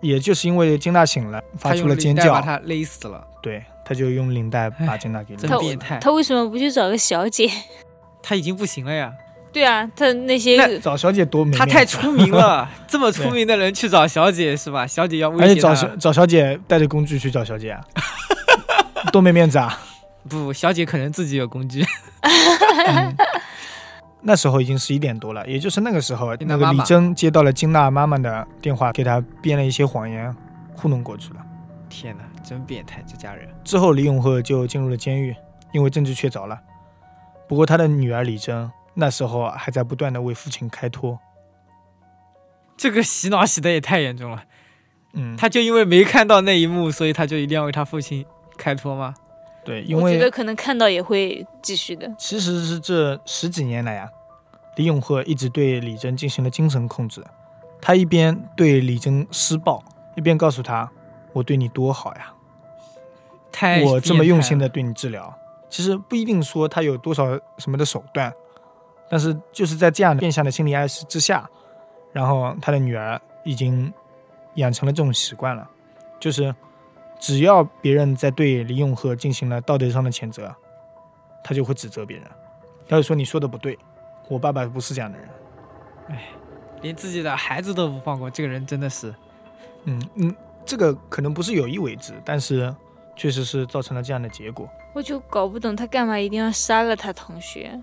S1: 也就是因为金娜醒了，发
S3: 他
S1: 出
S3: 用
S1: 了
S3: 领
S1: 尖
S3: 带
S1: 叫，
S3: 把他勒死了，
S1: 对，他就用领带把金娜给勒
S3: 真
S1: 死了。
S3: 变态。
S2: 她为什么不去找个小姐？
S3: 他已经不行了呀，
S2: 对啊，他那些
S3: 那
S1: 找小姐多没
S3: 他
S1: 面
S3: 太
S1: 子啊
S3: 出 名了，这么出名的人去找小姐是吧？小姐要
S1: 而
S3: 威
S1: 且
S3: 胁
S1: 找
S3: 他，
S1: 小找小姐带着工具去找小 姐啊，多没面子啊！
S3: 不，小姐可能自己有 工具。
S1: 那时候已经十一点多了，也就是那个时候，
S3: 金娜
S1: 那个
S3: 妈
S1: 李
S3: 妈
S1: 征接到了金娜妈妈的电话，给她编了一些谎言，糊弄过去了。
S3: 天哪，真变态，这家人。
S1: 之后，李永赫就进入了监狱，因为证据确凿了。不过，他的女儿李征那时候还在不断的为父亲开脱。
S3: 这个洗脑洗的也太严重了，
S1: 嗯，
S3: 他就因为没看到那一幕，所以他就一定要为他父亲开脱吗？
S1: 对，因
S2: 我觉得
S1: 为
S2: 可能看到也会继续的。
S1: 其实是这十几年来呀、李永赫一直对李征进行了精神控制。他一边对李征施暴，一边告诉他：“我对你多好呀，
S3: 太
S1: 我这么用心的
S3: 的，
S1: 对你治疗。”其实不一定说他有多少什么的手段，但是就是在这样变相的心理暗示之下，然后他的女儿已经养成了这种习惯了，就是只要别人在对李永和进行了道德上的谴责，他就会指责别人，他就说你说的不对，我爸爸不是这样的人。
S3: 连自己的孩子都不放过，这个人真的是
S1: 嗯嗯，这个可能不是有意为之，但是确实是造成了这样的结果。
S2: 我就搞不懂他干嘛一定要杀了他同学。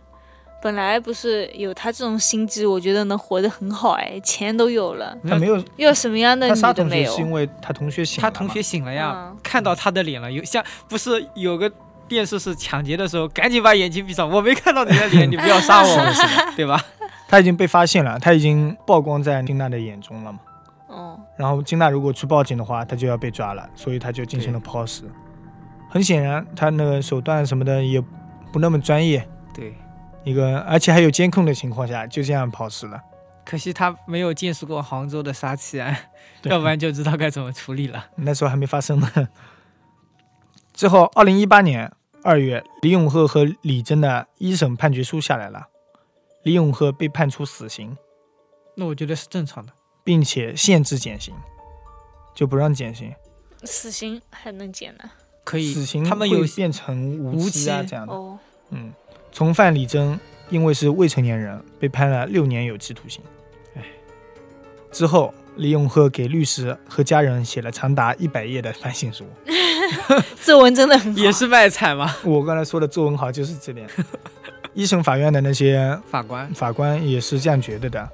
S2: 本来不是有他这种心机，我觉得能活得很好哎，钱都有了，
S1: 他没有
S2: 要什么样的
S1: 他
S2: 女
S1: 杀
S2: 的
S1: 同
S2: 没
S1: 学
S2: 有？
S1: 是因为他同学醒了
S3: 他
S1: 嘛
S3: 同学醒了呀，
S2: 嗯
S3: 看到他的脸了，有像不是有个电视是抢劫的时候，赶紧把眼睛闭上，我没看到你的脸，你不要杀我，对吧？
S1: 他已经被发现了，他已经曝光在金娜的眼中了嘛。
S2: 哦，
S1: 然后金娜如果去报警的话，他就要被抓了，所以他就进行了抛尸。很显然，他那个手段什么的也不那么专业，
S3: 对，
S1: 一个而且还有监控的情况下就这样抛尸了。
S3: 可惜他没有见识过杭州的杀气案，
S1: 对
S3: 要不然就知道该怎么处理了。
S1: 那时候还没发生呢。 之后，二零一八年二月，李永赫和李真的一审判决书下来了，李永赫被判处死刑，
S3: 那我觉得是正常的，
S1: 并且限制减刑，就不让减刑。
S2: 死刑还能减呢？
S3: 可以。
S1: 死刑
S3: 他们有
S1: 会变成无期啊
S3: 无期
S1: 这样的。
S2: 哦，
S1: 嗯，从犯李征因为是未成年人，被判了六年有期徒刑。哎，之后李永赫给律师和家人写了长达一百页的反省书。
S2: 作文真的很好。
S3: 也是卖惨吗？
S1: 我刚才说的作文好就是这边，一审法院的那些
S3: 法官，
S1: 法官也是这样觉得的，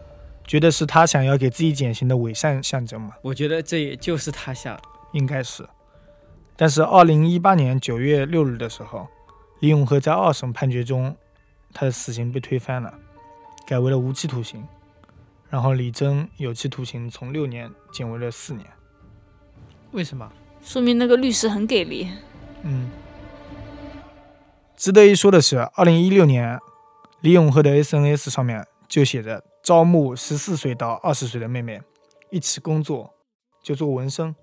S1: 觉得是他想要给自己减刑的伪善象征嘛，
S3: 我觉得这也就是他想
S1: 应该是。但是，二零一八年九月六日的时候，李永和在二审判决中，他的死刑被推翻了，改为了无期徒刑，然后李征有期徒刑从六年减为了四年。
S3: 为什么？
S2: 说明那个律师很给力。
S1: 嗯，值得一说的是，二零一六年，李永和的 SNS 上面就写着招募十四岁到二十岁的妹妹一起工作，就做纹身，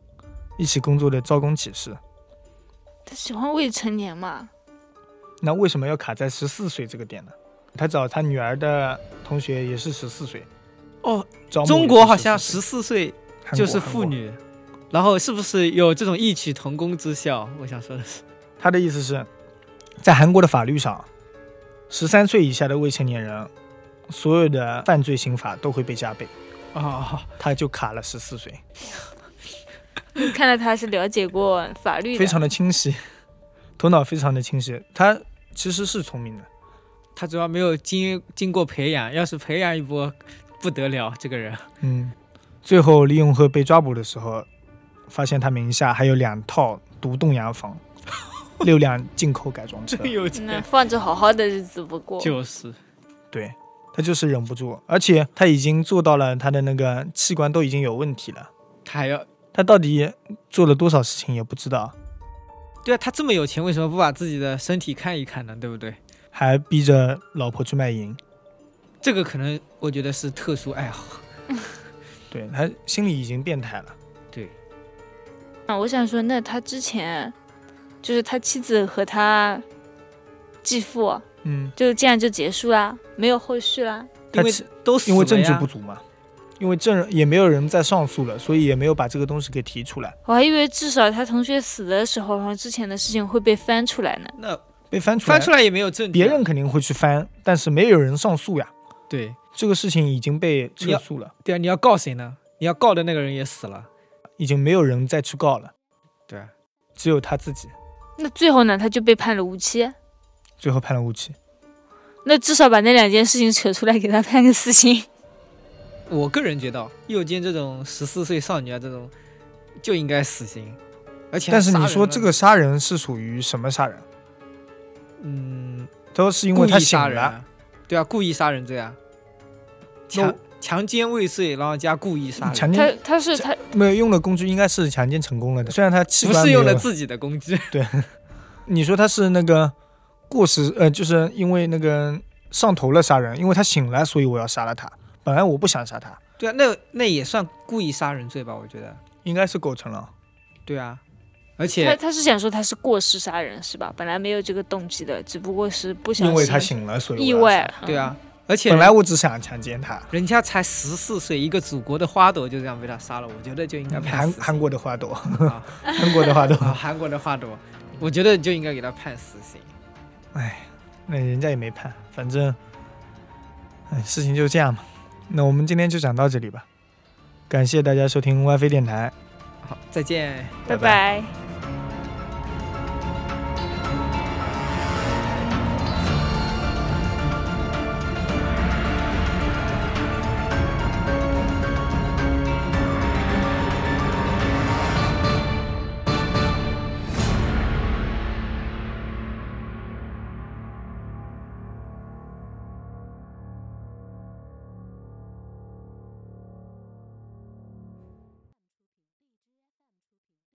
S1: 一起工作的招工启事。
S2: 他喜欢未成年嘛？
S1: 那为什么要卡在十四岁这个点呢？他找他女儿的同学也是十四岁，
S3: 哦，
S1: 招募
S3: 中国好像
S1: 也是
S3: 十四岁
S1: 14岁
S3: 就是
S1: 韩国
S3: 妇
S1: 韩国
S3: 女，然后是不是有这种异曲同工之效？我想说的是，
S1: 他的意思是，在韩国的法律上，十三岁以下的未成年人，所有的犯罪刑罚都会被加倍。啊
S3: 哦，
S1: 他就卡了十四岁，
S2: 看来他是了解过法律的。
S1: 非常的清晰，头脑非常的清晰。他其实是聪明的，
S3: 他主要没有经经过培养，要是培养一波，不得了，这个 人
S1: 嗯。最后，李永和被抓捕的时候，发现他名下还有两套独栋洋房，六辆进口改装车。
S3: 真有
S2: 那
S3: 钱，
S2: 放着好好的日子不过，
S3: 就是
S1: 对，他就是忍不住，而且他已经做到了，他的那个器官都已经有问题了。
S3: 他还要。
S1: 他到底做了多少事情也不知道，
S3: 对啊，他这么有钱，为什么不把自己的身体看一看呢？对不对？
S1: 还逼着老婆去卖淫。
S3: 这个可能我觉得是特殊爱好。
S1: 对他心里已经变态了。
S3: 对，
S2: 啊，我想说，那他之前就是他妻子和他继父
S1: 嗯，
S2: 就这样就结束啦，没有后续啦。
S1: 他
S3: 因为
S1: 其
S3: 都死
S1: 因为
S3: 了
S1: 证据
S3: 呀
S1: 不足嘛，因为证也没有人再上诉了，所以也没有把这个东西给提出来。
S2: 我还以为至少他同学死的时候，然后之前的事情会被翻出来呢。
S3: 那
S1: 被翻出来，
S3: 翻出来也没有证据啊，
S1: 别人肯定会去翻，但是没有人上诉呀。
S3: 对，
S1: 这个事情已经被撤诉了，
S3: 对啊，你要告谁呢？你要告的那个人也死了，
S1: 已经没有人再去告了，
S3: 对啊，
S1: 只有他自己。
S2: 那最后呢，他就被判了无期。
S1: 最后判了无期。
S2: 那至少把那两件事情扯出来，给他判个死刑。
S3: 我个人觉得，诱奸这种十四岁少女啊，这种就应该死刑，而且还
S1: 但是
S3: 啊杀
S1: 你
S3: 人
S1: 说
S3: 了
S1: 这个，杀人是属于什么杀人？
S3: 嗯，
S1: 他说是因
S3: 故
S1: 为
S3: 意
S1: 他醒
S3: 杀人
S1: 了，
S3: 啊，对啊，故意杀人罪啊，强强奸未遂，然后加故意杀人，
S1: 强
S2: 他
S1: 奸
S2: 他是他
S1: 没有用的工具应该是强奸成功了的，虽然他器
S3: 不
S1: 官
S3: 是
S1: 没有
S3: 用了自己的工具，
S1: 你说他是那个过失，呃，就是因为那个上头了杀人，因为他醒了，所以我要杀了他。本来我不想杀他，
S3: 对啊，那那也算故意杀人罪吧？我觉得，
S1: 应该是构成了。
S3: 对啊，
S2: 他
S3: 而且
S2: 他是想说他是过失杀人是吧？本来没有这个动机的，只不过是不小心
S1: 因为他醒了，所以我
S2: 意
S1: 要
S2: 外嗯
S1: 杀。
S3: 对啊，而且
S1: 本来我只想强奸他。
S3: 人家才十四岁，一个祖国的花朵就这样被他杀了，我觉得就应该判
S1: 韩
S3: 死刑
S1: 韩国的花朵，
S3: 啊
S1: 韩国的花朵，
S3: 啊，韩国的花朵，我觉得就应该给他判死刑。
S1: 那人家也没判，反正，哎，事情就这样嘛。那我们今天就讲到这里吧，感谢大家收听 WiFi 电台。
S3: 好，再见。
S1: 拜拜
S2: 拜